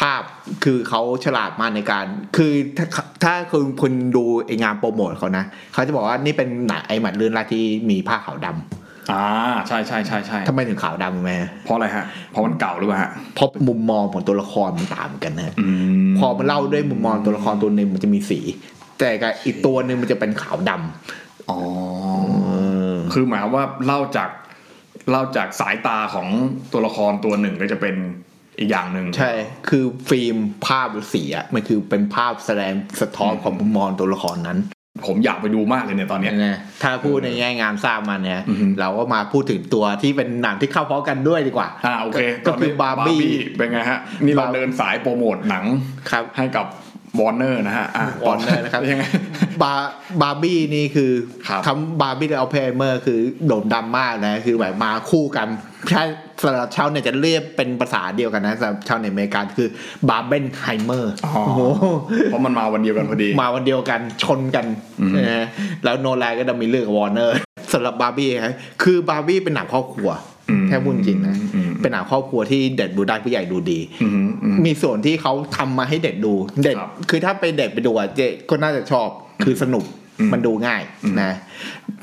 ภาพคือเขาฉลาดมากในการ คือถ้าถ้าคุณคุณดูไองานโปรโมทเขานะเขาจะบอกว่านี่เป็นหนังไอหมัดเรื่องแรกที่มีผ้าขาวดำ อ่าใช่ใช่ใช่ใช่ ทำไมถึงขาวดำรู้ไหม เพราะอะไรฮะเพราะมันเก่าหรือเปล่าฮะ เพราะมุมมองของตัวละครมันต่างกันนะ อืม พอมันเล่าด้วยมุมมองตัวละครตัวหนึ่งมันจะมีสี แต่กับอีกตัวหนึ่งมันจะเป็นขาวดำ อ๋อ คือหมายความว่าเล่าจากเล่าจากสายตาของตัวละครตัวหนึ่งก็จะเป็นอีกอย่างหนึ่ง ใช่ คือฟิล์มภาพหรือสีอะมันคือเป็นภาพแสดงสะท้อนของมุมมองตัวละครนั้น ผมอยากไปดูมากเลยเนี่ยตอนเนี้ย นะถ้าพูดในแง่งานสร้างมันเนี่ย อือฮึ เราก็มาพูดถึงตัวที่เป็นหนังที่เข้าพร้อมกันด้วยดีกว่า อ่าโอเค ก็ ตนนี้ คือบาร์บี้ เป็นไงฮะ นี่เราเดินสายโปรโมทหนัง ครับ ให้กับวอร์เนอร์นะฮะะ Warner นะครับ ยัง ไง บาร์บาร์บี้นี่คือ ครับ คำบาร์บี้และอัลไพเมอร์คือโด่งดังมากนะ คือแบบมาคู่กันถ้าสำหรับชาวเนี่ยจะเรียกเป็นภาษาเดียวกันนะสำหรับชาวเน็ตอเมริกันคือบาร์เบนไฮเมอร์ อ๋อ โอ้โห เพราะมันมาวันเดียวกันพอดี มาวันเดียวกันชนกันนะฮะแล้วโนแลนก็จะ มีเรื่องกับวอร์เนอร์ สำหรับบาร์บี้ครับคือบาร์บี้เป็นหนังครอบครัว อืม แค่พูดจริงนะ อืม เป็นหนังครอบครัวที่เด็กดูได้ผู้ใหญ่ดูดี อืมอืม มีส่วนที่เขาทำมาให้เด็กดู เด็ก ครับ คือถ้าไปเด็กไปดูอะเจก็น่าจะชอบคือสนุก อืม มันดูง่าย อืม นะ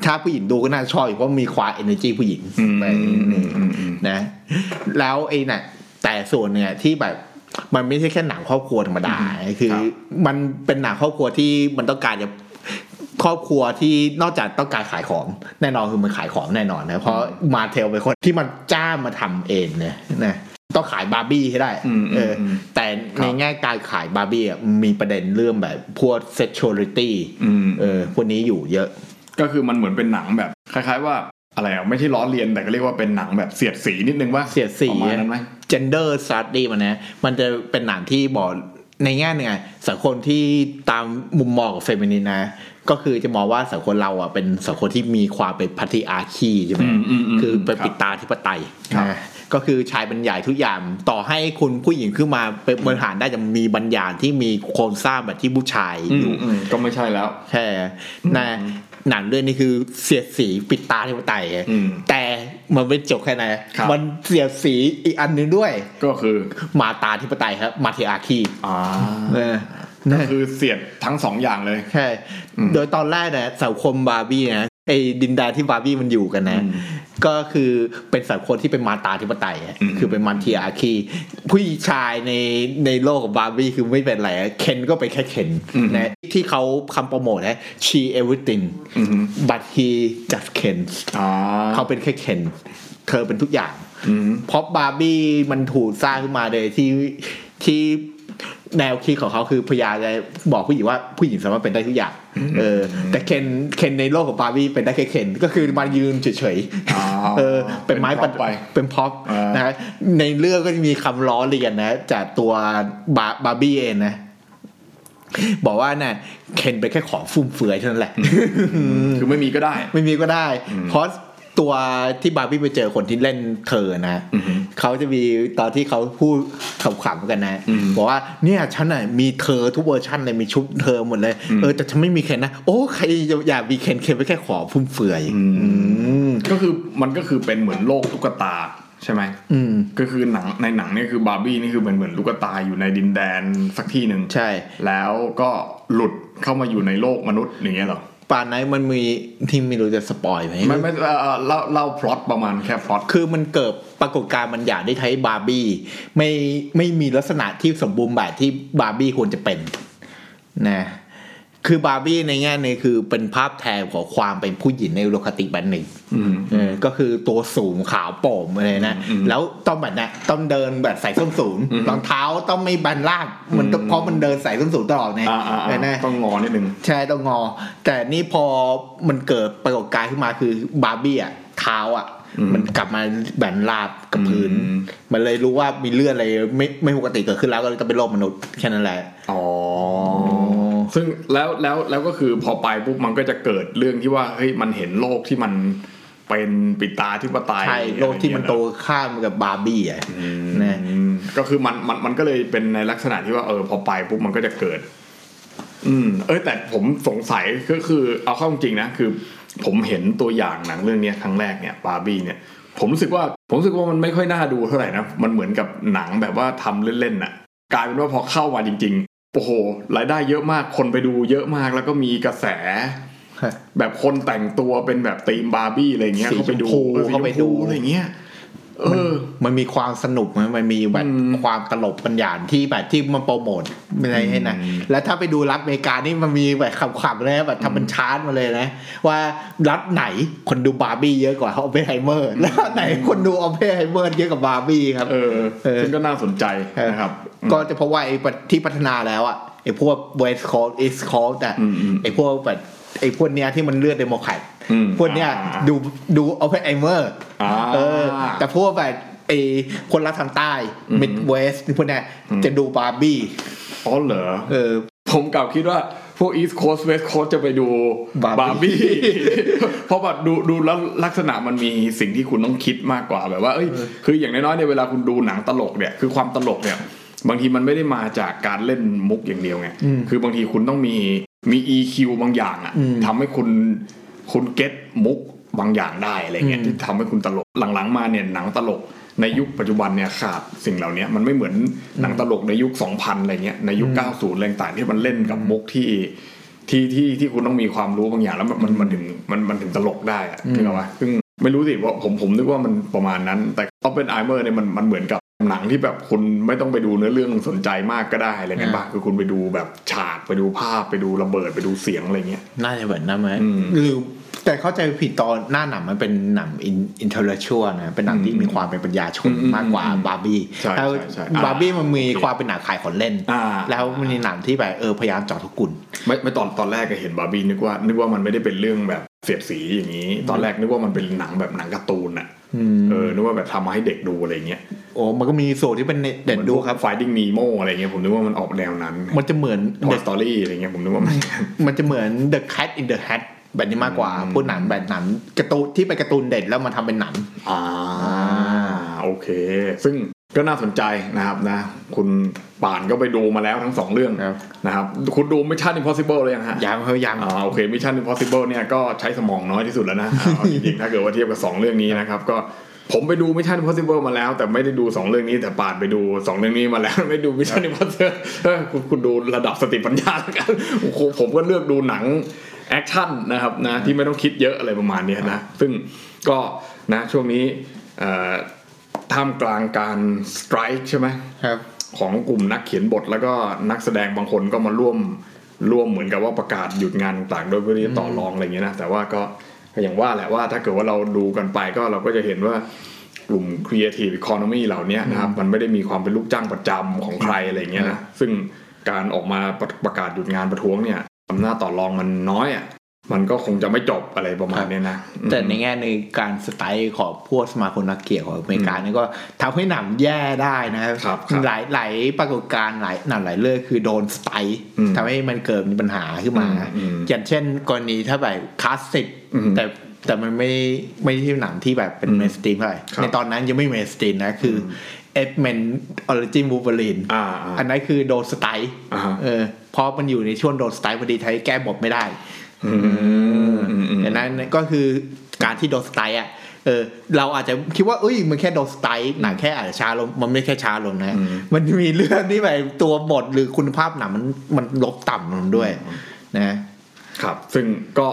ถ้าผู้หญิงดูก็น่าจะชอบอยู่เพราะมีความ energy ผู้หญิง อืม ใน อืม นี่ อืมอืม นะ แล้วไอ้น่ะแต่ส่วนเนี่ยที่แบบมันไม่ใช่แค่หนังครอบครัวธรรมดาคือ ครับ มันเป็นหนังครอบครัวที่มันต้องการจะครอบครัวที่นอกจากต้องการขายของแน่นอนคือมันขายของแน่นอนนะเพราะมาเทลเป็นคนที่มันจ้างมาทำเองเนี่ยนะต้องขายบาร์บี้ให้ได้ อืม เอออ ม แต่คในรับ แง่การขายบาร์บี้อ่ะมีประเด็นเรื่องแบบพวกเซ็กชวลิตี้ อืม เออพวกนี้อยู่เยอะ ก็คือมันเหมือนเป็นหนังแบบคล้ายๆว่าอะไรอ่ะไม่ใช่ล้อเลียนแต่ก็เรียกว่าเป็นหนังแบบเสียดสีนิดนึงว่า เสียดสี ประมาณนั้นไหม gender study มันนะมันจะเป็นหนังที่บอกในแง่หนึ่งอะสังคมที่ตามมุมมองของเฟมินิสต์นะ ก็คือจะมองว่าสังคมเราอ่ะเป็นสังคมที่มีความเป็นพัทธิอาคีใช่ไหม อืมอืมอืม คือเป็น ครับ ปิดตาธิปไตย ครับ นะก็คือชายบรรยายทุกอย่างต่อให้คุณผู้หญิงขึ้นมาเป็นบริหารได้จะมีบรรยายที่มีโครงสร้างแบบที่ผู้ชาย อื อ ม ยู่ อืมก็ไม่ใช่แล้ว ใช่นะหนังเรื่องนี้คือเสียดสีปิดตาที่มันไต่ อืม แต่มันไม่จบแค่นั้น ครับ มันเสียดสีอีกอันหนึ่งด้วย ก็คือ มาตาที่ปไตยครับ มาเทอาคี อ่า เออนะ คือเสียดทั้งสองอย่างเลย ใช่โดยตอนแรกนะสังคมบาร์บี้นะไอ้ดินแดนที่บาร์บี้มันอยู่กันนะ อืม ก็คือเป็นสังคมที่เป็นมาตาธิปไตยอะ อืม คือเป็นมันเทียอาคีผู้ชายในในโลกของบาร์บี้คือไม่เป็นไรอะเคนก็เป็นแค่เคนนะที่เขาคำโปรโมทนะ she everything อืม but he just Ken อ่า เขาเป็นแค่เคนเธอเป็นทุกอย่าง อืม เพราะบาร์บี้มันถูกสร้างขึ้นมาเลยที่ที่แนวคิดของเขาคือพยายามจะบอกผู้หญิงว่าผู้หญิงสามารถเป็นได้ทุกอย่าง เออ แต่เคนเคนในโลกของบาร์บี้เป็นได้แค่เคนก็คือมายืนเฉย อ๋อ ๆเออ เป็นไม้ เป็น prop ไป เป็นพ็อป อ่าน นะฮะในเรื่องก็จะมีคำล้อเลียนนะ จากตัวบาบาร์บี้เองนะ บอกว่าน่ะเคนเป็นแค่ของฟุ่มเฟือยเท่านั้นแหละ คือไม่มีก็ได้ ไม่มีก็ได้ เพราะตัวที่บาร์บี้ไปเจอคนที่เล่นเธอนะ อือฮึ เขาจะมีตอนที่เขาพูดขำๆกันนะ อืม บอกว่าเนี่ยฉันน่ะมีเธอทุกเวอร์ชันเลยมีชุดเธอหมดเลย เออแต่ฉันไม่มีเคนนะ โอ้ใครจะอยากมีเคนเคนไปแค่ขอฟุ่มเฟือย อืม อืม ก็คือมันก็คือเป็นเหมือนโลกตุ๊กตาใช่ไหม อืม ก็คือหนังในหนังเนี่ยคือบาร์บี้นี่คือเป็นเหมือนตุ๊กตาอยู่ในดินแดนสักที่หนึ่ง ใช่ แล้วก็หลุดเข้ามาอยู่ในโลกมนุษย์อย่างเงี้ยเหรอ ป่านไหนมันมีที่ไม่รู้จะสปอยไหม ไม่ไม่เอ่อเอ่อเล่าเล่าพล็อตประมาณแค่พล็อต คือมันเกิดปรากฏการณ์บางอย่างที่ใช้บาร์บี้ไม่ไม่มีลักษณะที่สมบูรณ์แบบที่บาร์บี้ควรจะเป็นนะคือบาร์บี้ในแง่หนึงคือเป็นภาพแทนของความเป็นผู้หญิงในอุดมคติแบบหนึ่งเออก็คือตัวสูงขาวโปร่งอะไรนะ อืม แล้วต้องแบบนะต้องเดินแบบใส่ส้นสูง อืม รองเท้าต้องไม่บันลาดมันต้อง อืม เพราะมันเดินใส่ส้นสูงตลอดไง อ่าอ่า เออ อ่า นะ ต้องงอนิดนึง ใช่ต้องงอ แต่นี่พอมันเกิดปรากฏการณ์ขึ้นมาคือบาร์บี้อ่ะเท้าอ่ะ อืม มันกลับมาแบนราบกับพื้น อืม มันเลยรู้ว่ามีเลือดอะไรไม่ไม่ปกติเกิดขึ้นแล้วก็เลยต้องเป็นโรคมนุษย์แค่นั้นแหละ อ๋อ อ ซึ่งแล้วแล้วแล้วก็คือพอไปปุ๊บมันก็จะเกิดเรื่องที่ว่าเฮ้ยมันเห็นโลกที่มันเป็นปิดตาที่ปไตย ใช่โรคที่มันโตข้ามกับบาร์บี้อ่ะนะ อืมก็คือมันมันมันก็เลยเป็นในลักษณะที่ว่าเออพอไปปุ๊บมันก็จะเกิด อืม เอยแต่ผมสงสัยก็คือเอาเข้าจริงๆนะคือ ผมเห็นตัวอย่างหนังเรื่องเนี้ยครั้งแรกเนี่ยบาร์บี้เนี่ย ผมรู้สึกว่าผมรู้สึกว่ามันไม่ค่อยน่าดูเท่าไหร่นะมันเหมือนกับหนังแบบว่าทำเล่นๆน่ะ กลายเป็นว่าพอเข้ามาจริงๆโอ้โหรายได้เยอะมากคนไปดูเยอะมากแล้วก็มีกระแส แบบคนแต่งตัวเป็นแบบธีมบาร์บี้อะไรเงี้ย สี เขาไปดู ชมอพูอสีชม เข้าไปดู อะไรเงี้ยเออ มันมีความสนุกมันมันมีแบบ อืม ความตลกปัญญาที่แบบที่มันโปรโมทอะไรให้นะ อืม แล้วถ้าไปดูรัฐอเมริกานี่มันมีแบบขำๆเลยนะแบบทำเป็นชาร์ตมาเลยนะ ว่ารัฐไหนคนดูบาร์บี้เยอะกว่าออปเพนไฮเมอร์แล้วรัฐไหนคนดูออปเพนไฮเมอร์เยอะกว่าบาร์บี้ครับ เออ เออ ซึ่งก็น่าสนใจนะครับ ก็จะเพราะว่าไอ้ประที่พัฒนาแล้วอ่ะไอ้พวกเวสคอร์อีสคอร์แต่ อืมอืม ไอ้พวกแบบไอ้พวกเนี้ยที่มันเลือดเดโมแครต อืม พวกเนี้ย อ่า ดูดูออปเพนไฮเมอร์ อ่า เออแต่พวกแบบไอ้คนรักทางใต้ อืม มิดเวสนี่พวกเนี้ย อืม จะดูบาร์บี้ อ๋อเหรอ เออ ผมกลับคิดว่าพวก East Coast West Coast จะไปดู Barbie บาร์บี้ เพราะว่าดูดูแล้วลักษณะมันมีสิ่งที่คุณต้องคิดมากกว่าแบบว่าเอ้ยคืออย่างน้อยๆเนี่ยเวลาคุณดูหนังตลกเนี่ยคือความตลกเนี่ย บางทีมันไม่ได้มาจากการเล่นมุกอย่างเดียวไง อืม คือบางทีคุณต้องมีมี EQ บางอย่างอะ อืม ทำให้คุณคุณเก็ตมุกบางอย่างได้อะไรเงี้ยที่ทำให้คุณตลกหลังๆมาเนี่ยหนังตลก ในยุคปัจจุบันเนี่ยขาดสิ่งเหล่านี้มันไม่เหมือนหนังตลกในยุค 2000อะไรเงี้ยในยุค 90อะไรต่างๆที่มันเล่นกับมุกที่ที่ที่ที่คุณต้องมีความรู้บางอย่างแล้วมันมันมันถึงมันมันถึงตลกได้อะคือเราว่าซึ่งไม่รู้สิว่าผมผมนึกว่ามันประมาณนั้น แต่เอาเป็นไอเมอร์เนี่ยมันมันเหมือนกับหนังที่แบบคุณไม่ต้องไปดูเนื้อเรื่องสนใจมากก็ได้อะไรเงี้ยป่ะคือคุณไปดูแบบฉากไปดูภาพไปดูระเบิดไปดูเสียงอะไรเงี้ย น่าจะเหมือนนั้นไหม อืม หรือแต่เข้าใจผิดตอนหน้าหนังมันเป็นหนังอินเทอร์เนชั่วนะเป็นหนังที่มีความเป็นปัญญาชน อืม มากกว่า อืม บาร์บี้ ใช่ ถ้า ใช่ใช่อ่า บาร์บี้มันมี โอเค ความเป็นหนังขายของเล่น อ่า แล้วมันมีหนังที่แบบเออพยายามเจาะทุกกลุ่ม ไม่ไม่ตอนตอนแรกก็เห็นบาร์บี้นึกว่า นึกว่ามันไม่ได้เป็นเรื่องแบบเสียดสีอย่างนี้ ตอนแรกนึกว่ามันเป็นหนังแบบหนังการ์ตูนอ่ะเออนึกว่าแบบทำมาให้เด็กดูอะไรเงี้ย โอ้มันก็มีส่วนที่เป็นเด่นดูครับ ไฟดิ้งนีโม Finding Nemo อะไรเงี้ยผมนึกว่ามันออกแนวนั้น มันจะเหมือน วอ The สตอรี่อะไรเงี้ยผมนึกว่ามัน มันจะเหมือน The Cat in the Hat แบบนี้มากกว่า อืม พวกหนังแบบหนังการ์ตูนที่เป็นการ์ตูนเด็ดแล้วมาทำเป็นหนัง อ่าโอเค ซึ่งก็น่าสนใจนะครับนะ คุณป่านก็ไปดูมาแล้วทั้งสองเรื่อง ครับ นะครับ คุณดู Mission Impossible เลยยังฮะ ยังเฮ้ยยัง อ่าโอเคมิชชั่น Impossible เนี่ยก็ใช้สมองน้อยที่สุดแล้วนะเอาจริงๆ ถ้าเกิดว่าเทียบกับ 2 เรื่องนี้นะครับ ก็ผมไปดูมิชชั่น Impossible มาแล้ว แต่ไม่ได้ดู 2 เรื่องนี้แต่ปาดไปดู 2 เรื่องนี้มาแล้ว ไม่ดูมิชชั่น Impossible เออคุณคุณดูระดับสติปัญญาแล้วกันโอ้โหผมก็เลือกดูหนังแอคชั่นนะครับนะที่ไม่ต้องคิดเยอะอะไรประมาณเนี้ยนะซึ่งก็นะช่วงนี้เอ่อท่ามกลางการสไตร์ใช่ไหม ครับ ของกลุ่มนักเขียนบทแล้วก็นักแสดงบางคนก็มาร่วมร่วมเหมือนกับว่าประกาศหยุดงานต่างๆด้วยเพื่อที่จะต่อรองอะไรอย่างเงี้ยนะแต่ว่าก็ก็อย่างว่าแหละว่าถ้าเกิดว่าเราดูกันไปก็เราก็จะเห็นว่ากลุ่ม Creative Economy เหล่าเนี้ยนะครับมันไม่ได้มีความเป็นลูกจ้างประจำของใครอะไรอย่างเงี้ยนะซึ่งการออกมาประประกาศหยุดงานประท้วงเนี่ยอำนาจต่อรองมันน้อยอ่ะมันก็คงจะไม่จบอะไรประมาณเนี้ยนะอืม แต่ในแง่ในการสไตล์ของพวกสมาคมนักเกียรติของอเมริกานี่ก็ทำให้หนังแย่ได้นะครับ ครับครับ หลายหลายปรากฏการณ์หลายหนังหลายเรื่องคือโดนสไตล์ อืม ทำให้มันเกิดมีปัญหาขึ้นมา อืมอืม อย่างเช่นกรณีถ้าแบบคลาสสิก อืม แต่แต่มันไม่ไม่ใช่หนังที่แบบเป็น อืม เมสตีมเท่าไหร่ ครับ ในตอนนั้นยังไม่เมสตีมนะคือเอฟเมนออริจินบูเบลิน อ่า อั อ่า นนั้นคือโดนสไตล์ อ่าฮะ เออเพราะมันอยู่ในช่วงโดนสไตล์พอดีไทยแก้บทไม่ได้ อืมอืมอืม ดังนั้นก็คือการที่โดนสไตล์อ่ะ เออ เราอาจจะคิดว่าเอ้ย มันแค่โดนสไตล์หนังแค่อาจจะช้าลง มันไม่แค่ช้าลงนะ อืม มันมีเรื่องที่แบบตัวบทหรือคุณภาพหนังมันมันลบต่ำลงด้วยนะ ครับ ซึ่งก็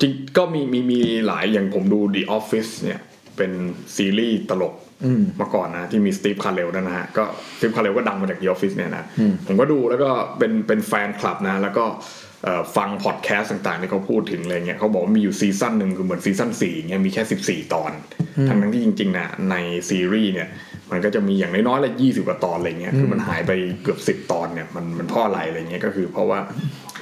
จริงก็มีมีมีหลายอย่างผมดู The Office เนี่ยเป็นซีรีส์ตลก อืม มาก่อนนะ ที่มีสตีฟคาร์เรลด้วยนะฮะ ก็สตีฟคาร์เรลก็ดังมาจาก The Office เนี่ยนะ ผมก็ดูแล้วก็เป็นเป็นแฟนคลับนะ แล้วก็เอ่อฟังพอดแคสต์ต่างๆที่เขาพูดถึงอะไรเงี้ยเขาบอกว่ามีอยู่ซีซั่นหนึ่งคือเหมือนซีซั่นสี่เงี้ยมีแค่ 14 ตอน ทั้งนั้นที่จริงๆนะในซีรีส์เนี่ยมันก็จะมีอย่างน้อยๆละยี่สิบกว่าตอนอะไรเงี้ยคือมันหายไปเกือบสิบ10 ตอนเนี่ยมันมันเพราะอะไรอะไรเงี้ยก็คือเพราะว่า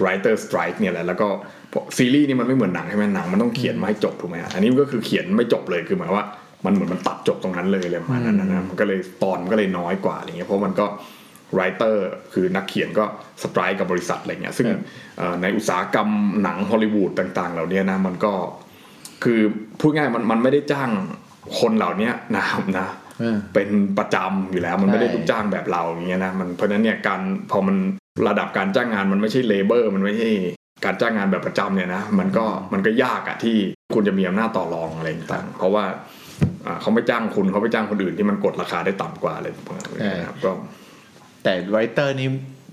writer strike เนี่ยแหละแล้วก็เพราะซีรีส์นี่มันไม่เหมือนหนังใช่ไหมหนังมันต้องเขียนมาให้จบถูกไหมฮะอันนี้มันก็คือเขียนไม่จบเลยคือหมายว่ามันเหมือนมันตัดจบตรงนั้นเลยอะไรประมาณนั้นนะมันก็เลยตอนมันก็เลยน้อยกว่าอะไรเงี้ยเพราะมันก็ ไรเตอร์คือนักเขียนก็สไตร์กับบริษัทอะไรเงี้ยซึ่งเอ่อในอุตสาหกรรมหนังฮอลลีวูดต่างๆ เหล่าเนี้ยนะมันก็คือพูดง่ายมันมันไม่ได้จ้างคนเหล่าเนี้ยนะครับนะ เออ เป็นประจำอยู่แล้วมันไม่ได้ ใช่ ลูกจ้างแบบเราอย่างเงี้ยนะมันเพราะฉะนั้นเนี่ยการพอมันระดับการจ้างงานมันไม่ใช่เลเบอร์มันไม่ใช่การจ้างงานแบบประจำเนี่ยนะมันก็มันก็ยากอะที่คุณจะมีอำนาจต่อรองอะไรต่างๆเพราะว่าอ่าเขาไม่จ้างคุณเขาไปจ้างคนอื่นที่มันกดราคาได้ต่ำกว่าอะไรพวกนั้นนะครับก็ แต่ไรเตอร์นี่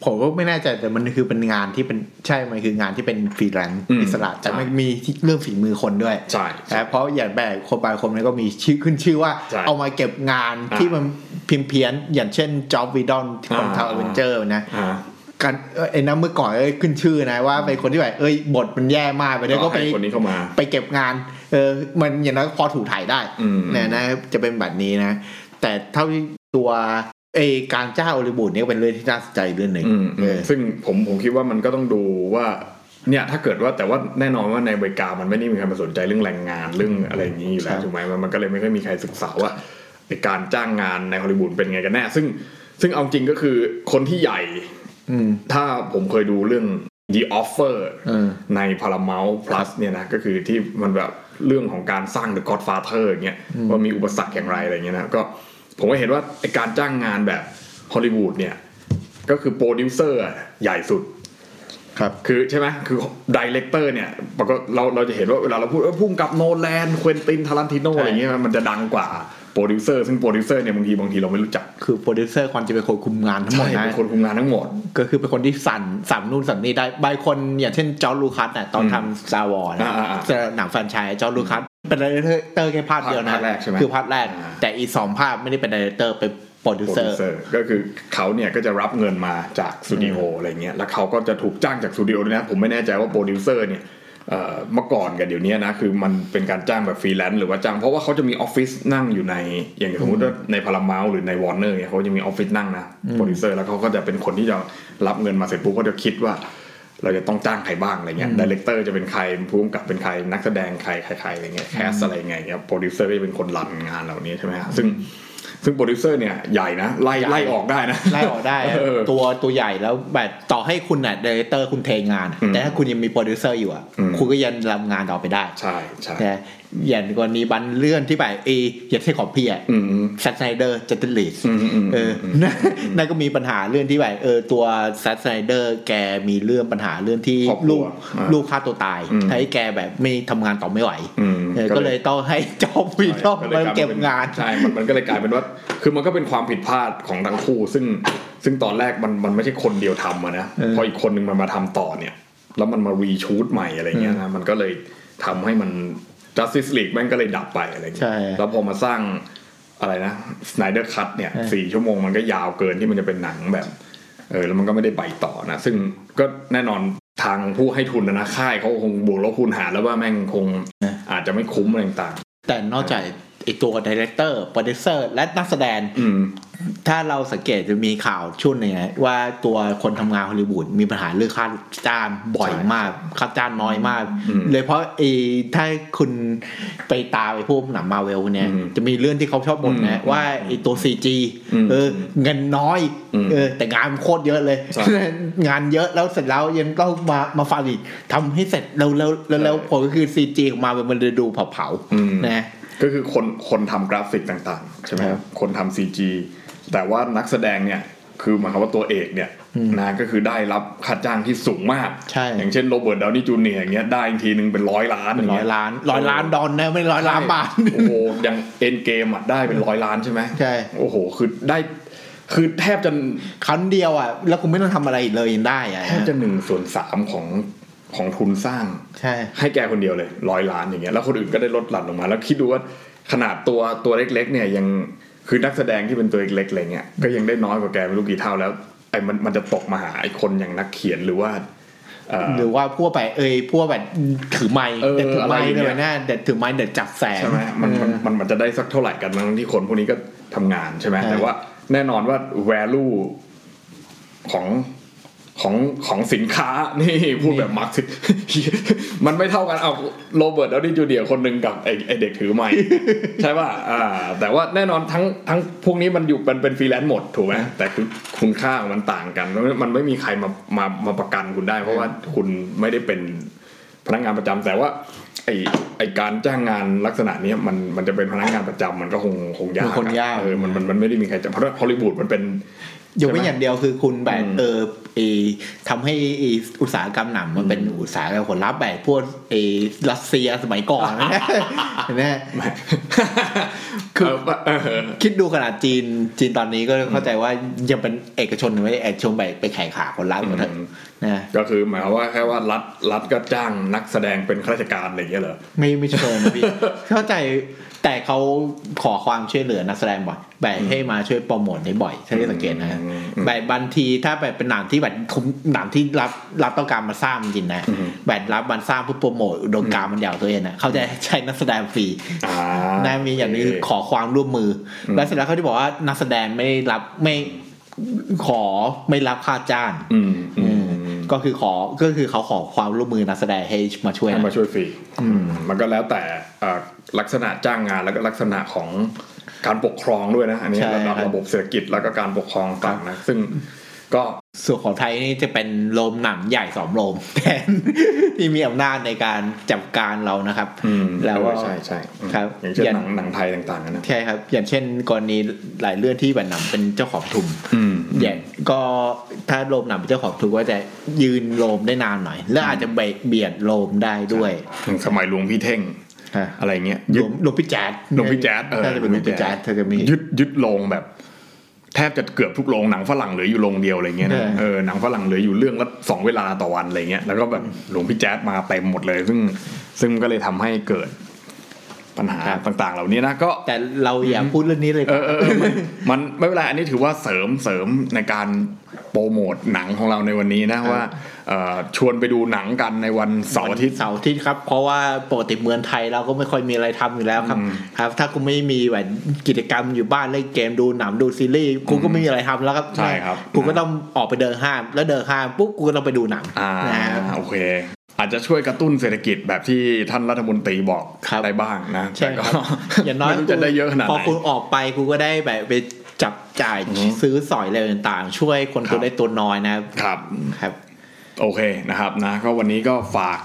ผมก็ไม่แน่ใจแต่มันคือเป็นงานที่เป็นใช่ มันคืองานที่เป็นฟรีแลนซ์ อืม อิสระแต่ ใช่ มันมีที่เรื่องฝีมือคนด้วย ใช่ นะเพราะอย่างแบบคนบางคนมันก็มีชื่อขึ้นชื่อว่า ใช่ เอามาเก็บงาน อ่า ที่มันพิมพ์เพี้ยนอย่างเช่นจ็อบวีดอนของ อ่า ทาวเวนเจอร์นะ อ่า การเอ้ยไอ้นั้นเมื่อก่อนเอ้ยขึ้นชื่อนะว่าเป็นคนที่แบบเอ้ยบทมันแย่มากไปแล้วก็ไป ให้คนนี้เข้ามา ไปเก็บงานเออมันอย่างนั้นก็พอถูถ่ายได้ อืม นะนะจะเป็นแบบนี้นะ แต่เท่าที่ตัวไอการจ้างโอลิบูดเนี่ยก็เป็นเรื่องที่น่าสนใจเรื่องหนึ่ง อืม เออ ซึ่งผมผมคิดว่ามันก็ต้องดูว่า เนี่ยถ้าเกิดว่าแต่ว่าแน่นอนว่าในอเมริกามันไม่ได้มีใครมาสนใจเรื่องแรงงานเรื่องอะไรอย่างนี้อยู่แล้ ครั ว บ ถูกไหมมันมันก็เลยไม่ค่อยมีใครศึกษาว่าไอ้การจ้างงานในฮอลลีวูดเป็นไงกันแน่ ซึ่งซึ่งเอาจริงก็คือคนที่ใหญ่ อืม ถ้าผมเคยดูเรื่อง The Offer เออ ใน Paramount Plus เนี่ยนะก็คือที่มันแบบเรื่องของการสร้าง The Godfather อย่างเงี้ยว่ามีอุปสรรคอย่างไรอะไรเงี้ยนะก็ผมก็เห็นว่าไอการจ้างงานแบบฮอลลีวูดเนี่ย ก็คือโปรดิวเซอร์อะใหญ่สุด ครับ คือใช่ไหมคือดีเลกเตอร์เนี่ยปรากฏเราเราจะเห็นว่าเวลาเราพูดเออพุ่มกับโนแลนควินตินทารันติโนอะไรเงี้ยมันจะดังกว่า โปรดิวเซอร์ซึ่งโปรดิวเซอร์เนี่ยบางทีบางทีเราไม่รู้จัก คือโปรดิวเซอร์ความจะเป็นคนคุมงานทั้งหม ใช่ ด เป็ นะ นคนคุมงานทั้งหมด ก็คือเป็นคนที่สั่นสั่นนู่นสั่นนี่ได้บางคนอย่างเช่นจอร์จลูคัสน่ะตอน อืม ทำซาวอร์นะ อ่าอ่า จะหนังแฟรนไชายจอร์จลูคัสเป็นไดเรคเตอร์แค่ภาคเดียวนะ ภาคแรกใช่ไหม คือภาคแรก อ่า แต่อีกสองภาคไม่ได้เป็นไดเรคเตอร์เป็นโปรดิว โปร เซอ ดิว ร์ เซอร์ก็คือเขาเนี่ยก็จะรับเงินมาจากสตูดิโออะไรเงี้ยแล้วเขาก็จะถูกจ้างจากสตูดิโอด้วยนะผมไม่แน่ใจว่าโปรดิวเซอร์เนี่ยเอ่อเมื่อก่อนกับเดี๋ยวนี้นะคือมันเป็นการจ้างแบบฟรีแลนซ์หรือว่าจ้างเพราะว่าเขาจะมีออฟฟิศนั่งอยู่ในอย่างสมมติว่าในพาราเมลหรือในวอร์เนอร์เนี่ยเขาจะมีออฟฟิศนั่งนะโปรดิวเซอร์แล้วเขาก็จะเป็นคนที่จะรับเงินมาเสร็จปุ๊บก็จะคิดว่า เราจะต้องจ้างใครบ้างอะไรเงี้ยดีเลกเตอร์จะเป็นใครผู้กำกับเป็นใครนักแสดงใครใครใครอะไรเงี้ยแคสอะไรไงเงี้ยโปรดิวเซอร์ก็จะเป็นคนรันงานเหล่านี้ใช่ไหมฮะซึ่งซึ่งโปรดิวเซอร์เนี่ยใหญ่นะไล่ ใหญ่ ไล่ออกได้นะ ไล่ออกได้อะ เออ ตัวตัวใหญ่แล้วแบบต่อให้คุณน่ะดีเรคเตอร์คุณเทงานอะ อืม แต่ถ้าคุณยังมีโปรดิวเซอร์อยู่อะ อืม คุณก็ยังทำงานต่อไปได้ ใช่ใช่ แต่อย่างกรณีบันเลื่อนที่แบบเออย่างเช่นของพี่อะ อืมอืม แซนไนเดอร์จัตติลีส อืมอืม เออนั่ นนั่นก็มีปัญหาเรื่องที่แบบเออตัวแซดไซเดอร์แกมีเรื่องปัญหาเรื่องที่ ครอบครั ลู ว ก อ่า ลูกฆ่าตัวตาย อืม ให้แกแบบไม่ทำงานต่อไม่ไหว อืม เออก็เลยต้อง ให้จอบวีดอม ล มาย ย เก็บ ป็ งาน ใช่มันมันก็เลยกลายเป็นว่าคือมันก็เป็นความผิดพลาดของทั้งคู่ ซึ่งซึ่งตอนแรกมันมันไม่ใช่คนเดียวทำอะนะ เออ พออีกคนนึงมันมาทำต่อเนี่ย แล้วมันมารีชูตใหม่อะไรเงี้ยนะมันก็เลยทำให้มัน justice league แม่งก็เลยดับไปอะไรเงี้ย ใช่ แล้วพอมาสร้างอะไรนะสไนเดอร์คัตเนี่ย เออ สี่ชั่วโมงมันก็ยาวเกินที่มันจะเป็นหนังแบบเออแล้วมันก็ไม่ได้ไปต่อนะ ซึ่งก็แน่นอนทางผู้ให้ทุนนะนะค่ายเขาคงบวกลบคูณหารแล้วว่าแม่งคงอาจจะไม่คุ้มอะไรต่าง แต่นอกจากไอตัวดีเรคเตอร์โปรดิวเซอร์และนักแสดง ๆอืม ถ้าเราสังเกตจะมีข่าวช่วงหนึงนะว่าตัวคนทำงานฮอลลีวูดมีปัญหาเรื่องค่าจ้างบ่อย ใช่ มากค่าจ้างน้อยมาก อืม เลยเพราะไอ้ถ้าคุณไปตามไอ้พวกหนังมาเวลเนี่ย อืม จะมีเรื่องที่เขาชอบบ่น อื นะ ม ว่าไอ้ตัว CG อืม เออเงินน้อย อืม เออแต่งานโคตรเยอะเลย ใช่ งานเยอะแล้วเสร็จแล้วยังต้องมามาฟังอีกทำให้เสร็จเร็วเร็วเร็วเร็วผลก็คือ CG ออกมามันเลยดูเผา อืม ๆนะ ก็คือคนคนทำกราฟิกต่างๆ ใช่ไหมค ครั รับบ คนทำซีจีแต่ว่านักแสดงเนี่ยคือหมายความว่าตัวเอกเนี่ยนะก็คือได้รับค่าจ้างที่สูงมาก ใช่ อย่างเช่นโรเบิร์ตดาวนี่จูเนียร์อย่างเงี้ยได้อีกทีนึงเป็นร้อยล้าน เป็นร้อายงงี้ ล้านร้อยล้านดอลนะไม่ร้อยล้านบาท โอ้โหอยังเอ็นเกมอ่ะได้เป็นร้อยล้านใช่ไหม ใช่ โอ้โห คือได้ คือแทบจะ ครั้งเดียวอ่ะแล้วคุณไม่ต้องทำอะไรอีกเลยยังได้อ่ะ แทบจะหนึ่งส่วนสามของของทุนสร้าง ใช่ ให้แกคนเดียวเลยร้อยล้านอย่างเงี้ยแล้วคนอื่นก็ได้ลดหลั่นลงมา แล้วคิดดูว่าขนาดตัวตัวเล็ก ๆ เนี่ยยังคือนักแสดงที่เป็นตัวเล็กๆอะไรเงี้ยก็ยังได้น้อยกว่าแกไม่รู้กี่เท่าแล้วไอ้มันมันจะตกมาหาไอ้คนอย่างนักเขียนหรือว่าเอ่อ หรือว่าพวกไปเอ้ยพวกแบบถือไม้ เออ เด็ดถือไม้ อะไรอย่างเงี้ เลย ยนะเด็ดถือไม้เด็ดจับแสง ใช่ไหมมันมันมันมันจะได้สักเท่าไหร่กันทั้งที่คนพวกนี้ก็ทำงานใช่ไหม ใช่ แต่ว่าแน่นอนว่า value ของของของสินค้า นี่พูดแบบมาร์กซิส ต์มันไม่เท่ากันเอาโรเบิร์ตแล้วนี่จูเดียคนหนึ่งกับไอไอเด็กถือไม้ ใช่ป่ะอ่า แต่ว่าแน่นอนทั้งทั้งพวกนี้มันอยู่มันเป็นฟรีแลนซ์หมดถูกไหมแต่คือคุณค่าของมันต่างกันแล้วมันไม่มีใครมามามาประกันคุณได้ เพราะว่าคุณไม่ได้เป็น พนักงานประจำแต่ว่าไอไอการจ้างงานลักษณะเนี้ยมันมันจะเป็นพนักงานประจำมันก็คงคงยาก มันคงยาก เออมันมันมันไม่ได้มีใครจะเพราะฮอลลีวูดมันเป็น ยกเว้นอย่างเดียวคือคุณแบบ อืม เออเออทำให้ไอ้อุตสาหกรรมหนังมันเป็นอุตสาหกรรมผลลัพธ์แบบพวกเออรัสเซียสมัยก่ อนนะ เห็นไหม คือ เออ คิดดูขนาดจีนจีนตอนนี้ก็เข้าใจว่ายังเป็นเอกชนไม่ได้เอกชนไปไปแข่งขาคนละหมดเลย อืม นะ ก็คือหมายความว่าแค่ว่ารัฐรัฐก็จ้างนักแสดงเป็นข้าราชการอะไรอย่างเงี้ยเหรอ ไม่ไม่เชิง นะพี่ เข้าใจแต่เขาขอความช่วยเหลือนักแสดงบ่อยแบบให้มาช่วยโปรโมทให้บ่อยถ้าได้สังเกตนะ อืม แบบบางทีถ้าแบบเป็นหนังที่แบบทุนหนังที่รับรับต้องการมาสร้างจริงนะ อืม แบบรับมันสร้างเพื่อโปรโมทอุดมการณ์มันยาวตัวเองนะเขาจะใช้นักแสดงฟรี อ่า นะมีอย่างหนี้ขอความร่วมมืออ ม แล้วเสร็จแล้วเขาที่บอกว่านักแสดงไม่รับไม่ขอไม่รับค่าจ้าง อืมอืม เออก็คือขอก็คือเขาขอความร่วมมือนักแสดงให้มาช่วย ให้มา นะ ช่วยฟรี อืม มันก็แล้วแต่เอ่อลักษณะจ้างงานแล้วก็ลักษณะของการปกครองด้วยนะอันนี้ ใช่ ระดับ ครับ ระบบเศรษฐกิจแล้วก็การปกครองต่างนะซึ่งก็ ส่วนของไทยนี่จะเป็นโรงหนังใหญ่สองโรง แทน ที่มีอำนาจในการจัดการเรานะครับ อืม แล้วก็ เออใช่ใช่อืม ครับ อย่างเช่น อย่าหงนังหนังไทยต่างๆนะนะ ใช่ครับ อย่างเช่นกรณีหลายเรื่องที่แบบหนังเป็นเจ้าของทุน อืม อย่างก็ถ้าโรมหนังเป็นเจ้าของทุกก็จะยืนโรมได้นานหน่อย แล้วอาจจะเบียดโรมได้ด้วย อย่างสมัยหลวงพี่เท่ง ฮะ อะไรเงี้ย หล ยึด วงหลวงพี่แจ๊ด หลวงพี่แจ๊ดเออ น่าจะเป็นหลวงพี่แจ๊ดถ้าจะมี ยึดยึดโรงแบบ แทบจะเกือบทุกโรงหนังฝรั่งเหลืออยู่โรงเดียวอะไรเงี้ยนะ ใช่ เออหนังฝรั่งเหลืออยู่เรื่องละสองเวลาต่อวันอะไรเงี้ยแล้วก็แบบหลวงพี่แจ๊ดมาเต็มหมดเลย ซึ่งซึ่งก็เลยทำให้เกิดปัญหาต่างๆ เหล่านี้นะก็ แต่เราอย่าพูดเรื่องนี้เลย เออเออเออมันมันไม่เป็นไรอันนี้ถือว่าเสริมเสริมในการโปรโมทหนังของเราในวันนี้นะว่าเอ่อชวนไปดูหนังกันในวันเสาร์อาทิตย์ เสาร์อาทิตย์ครับ เพราะว่าปกติเมืองไทยเราก็ไม่ค่อยมีอะไรทำอยู่แล้วครับ ครับ ถ้าคุณไม่มีแบบกิจกรรมอยู่บ้านเล่นเกมดูหนังดูซีรีส์คุณก็ไม่มีอะไรทำแล้วครับ ใช่ครับ คุณก็ต้องออกไปเดินห้าง แล้วเดินห้างปุ๊บคุณก็ต้องไปดูหนัง อ่า นะ โอเค อาจจะช่วยกระตุ้นเศรษฐกิจแบบที่ท่านรัฐมนตรีบอก ครับ ได้บ้างนะ ใช่ แต่ ค ก็ รับ อย่างน้อย ไม่รู้จะได้เยอะขนาดไหน พอคุณออกไปคุณก็ได้แบบไปจับจ่าย อือฮึ ซื้อสอยอะไรต่างๆ ช่วยคน ครับ ตัวได้ตัวน้อยนะครับ ครับ ครับ โอเคนะครับนะก็วันนี้ก็ฝาก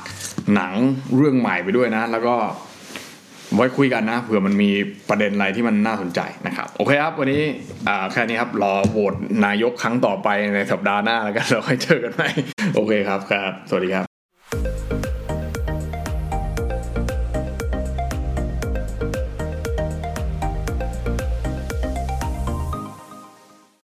หนังเรื่องใหม่ไปด้วยนะ แล้วก็ไว้คุยกันนะเผื่อมันมีประเด็นอะไรที่มันน่าสนใจนะครับโอเคครับ วันนี้อ่าแค่นี้ครับ รอโหวตนายกครั้งต่อไปในสัปดาห์หน้าแล้วกันเราค่อยเจอกันใหม่โอเคครับครับ สวัสดีครับ